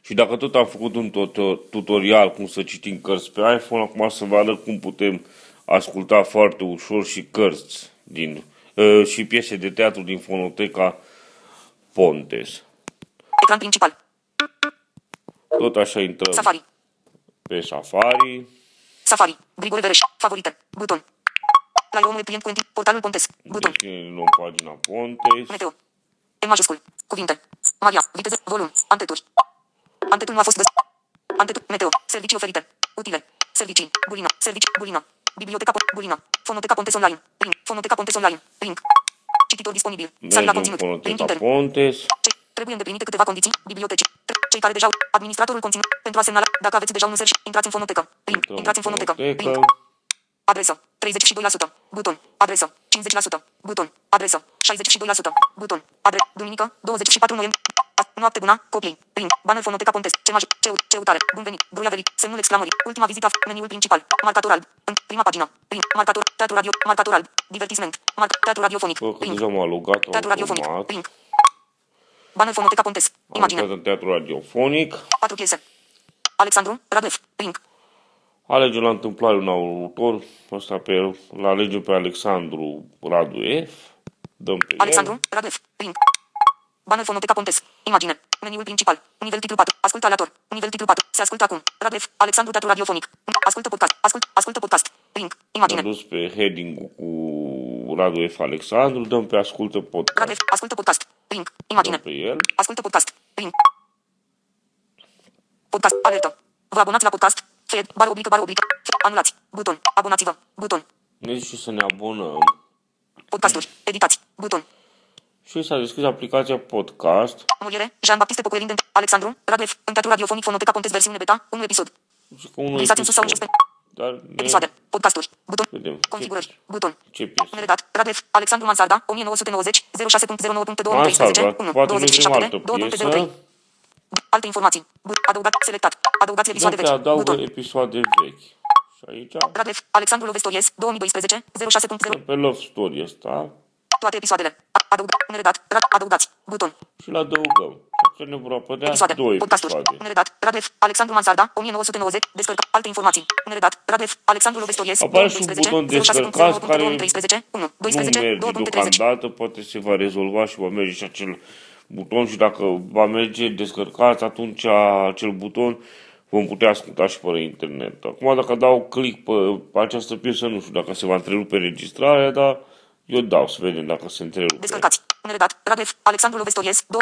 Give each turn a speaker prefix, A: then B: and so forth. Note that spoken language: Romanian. A: Și dacă tot am făcut un tutorial cum să citim cărți pe iPhone, acum să vă arăt cum putem asculta foarte ușor și cărți din, uh, și piese de teatru din fonoteca Pontes.
B: Ecran principal.
A: Tot așa intrăm
B: Safari.
A: pe Safari.
B: Safari. Grigore Bereș. Favorite. Buton. La omul client cu enti- portalul Pontes. Buton.
A: Deci ne luăm pagina Pontes.
B: Meteo. E majuscul. Cuvinte. Maria. Viteză. Volum. Anteturi. Antetul nu a fost găsit. Antetul. Meteo. Servicii oferite. Utile. Servicii. Bulina. Servici. Bulina. Biblioteca Po- Bulina. Fonoteca Pontes Online. Link. Fonoteca Pontes Online. Link. Cititor disponibil. Sari la
A: Mergem în
B: conținut. Link
A: fonoteca
B: intern.
A: Pontes.
B: Ce? Trebuie îndeplinite câteva condiții. Biblioteci. Tre- Cei care deja au administratorul conținut pentru a semnala dacă aveți deja un user și intrați în fonotecă. Link.
A: Intrăm
B: Intrați în fonotecă. Link.
A: fonotecă.
B: Adresă. 32%. Buton. Adresă. 50%. Buton. Adresă. 62%. Buton. Adresă. Duminică. 24 noiembrie. A- Noapte bună. Copii. Link. Banner fonoteca Pontes. Ce maj. Ce, ce utare. Bun venit. Bruia velit. Semnul exclamării. Ultima vizită. Meniul principal. Marcator alb. În prima pagină. Link. Marcator. Teatru radio. Marcator alb. Divertisment. Marc. Teatru radiofonic.
A: Bă, că
B: Link.
A: deja m-a logat
B: Teatru radiofonic.
A: automat.
B: Link. Banner fonoteca Pontes.
A: Am intrat
B: Imagine.
A: în teatru radiofonic.
B: Patru piese. Alexandru. Radnev. Link.
A: Alege la întâmplare un autor, ăsta pe el, îl alegem pe Alexandru Radu F. Dăm pe
B: Alexandru,
A: el.
B: Radnev, Link. Banner fonoteca Pontes. Imagine. Meniul principal. Nivel titlu 4. Ascultă aleator. Nivel titlu 4. Se ascultă acum. Radnev, Alexandru Teatru Radiofonic. Ascultă podcast. Ascult, ascultă podcast. Link.
A: Am
B: Imagine.
A: dus pe heading cu Radu F. Alexandru, dăm pe ascultă
B: Radnev,
A: podcast,
B: ascultă podcast. Link.
A: dăm
B: Imagine.
A: pe el.
B: Ascultă podcast. Link. Podcast. Alertă. Vă abonați la podcast. Fed. Bar oblică, bar oblică. Fed. Anulați. Buton. Abonați-vă. Buton.
A: Ne zice să ne abonăm.
B: Podcasturi. Editați. Buton.
A: Și s-a deschis aplicația podcast.
B: Muriere. Jean-Baptiste Pocoelin. de- Alexandru. Radnev. În teatru radiofonic fonoteca Pontes versiune beta. Un episod.
A: Și cu unul
B: Clicați în sus sau în jos pe
A: Dar ne
B: Episoade. Podcasturi. Buton.
A: Mm. vedem. Ce,
B: Configurări. Buton.
A: ce piesă?
B: Redat. Radef. Alexandru Mansarda. 1990. 06.09.2013.
A: M-am salvat.
B: 1.
A: Poate ne vrem
B: 27.
A: altă
B: 2.03.
A: piesă.
B: Alte informații. Bu- Adăugat. Selectat. Adăugați
A: Dăm
B: episoade
A: pe
B: vechi.
A: adaugă
B: Buton.
A: episoade vechi. Și aici,
B: Radef. Alexandru Lovestories. 2012. 06.0.
A: pe Love Story ăsta,
B: Toate episoadele. A- Adăugat. Neredat. Rad. Adăugați. Buton.
A: și le adăugăm. Și atunci ne vor apărea
B: Episoade.
A: două
B: Podcasturi.
A: episoade.
B: Neredat. Radef. Alexandru Mansarda. 1990. Descărca. Alte informații. Neredat. Radef. Alexandru Lovestories.
A: Apare și un buton
B: 2013.
A: descărcați care
B: 06.009.2013. 1.
A: Nu
B: 12.
A: merge
B: 2.30.
A: deocamdată, poate se va rezolva și va merge și acel buton și dacă va merge descărcați, atunci acel buton vom putea asculta și fără internet. Acum dacă dau click pe pe această piesă, nu știu dacă se va întrerupe înregistrarea, dar eu dau să vedem dacă se întrerupe.
B: Descărcați. Neredat. Radef. Alexandru Lovestories. 2.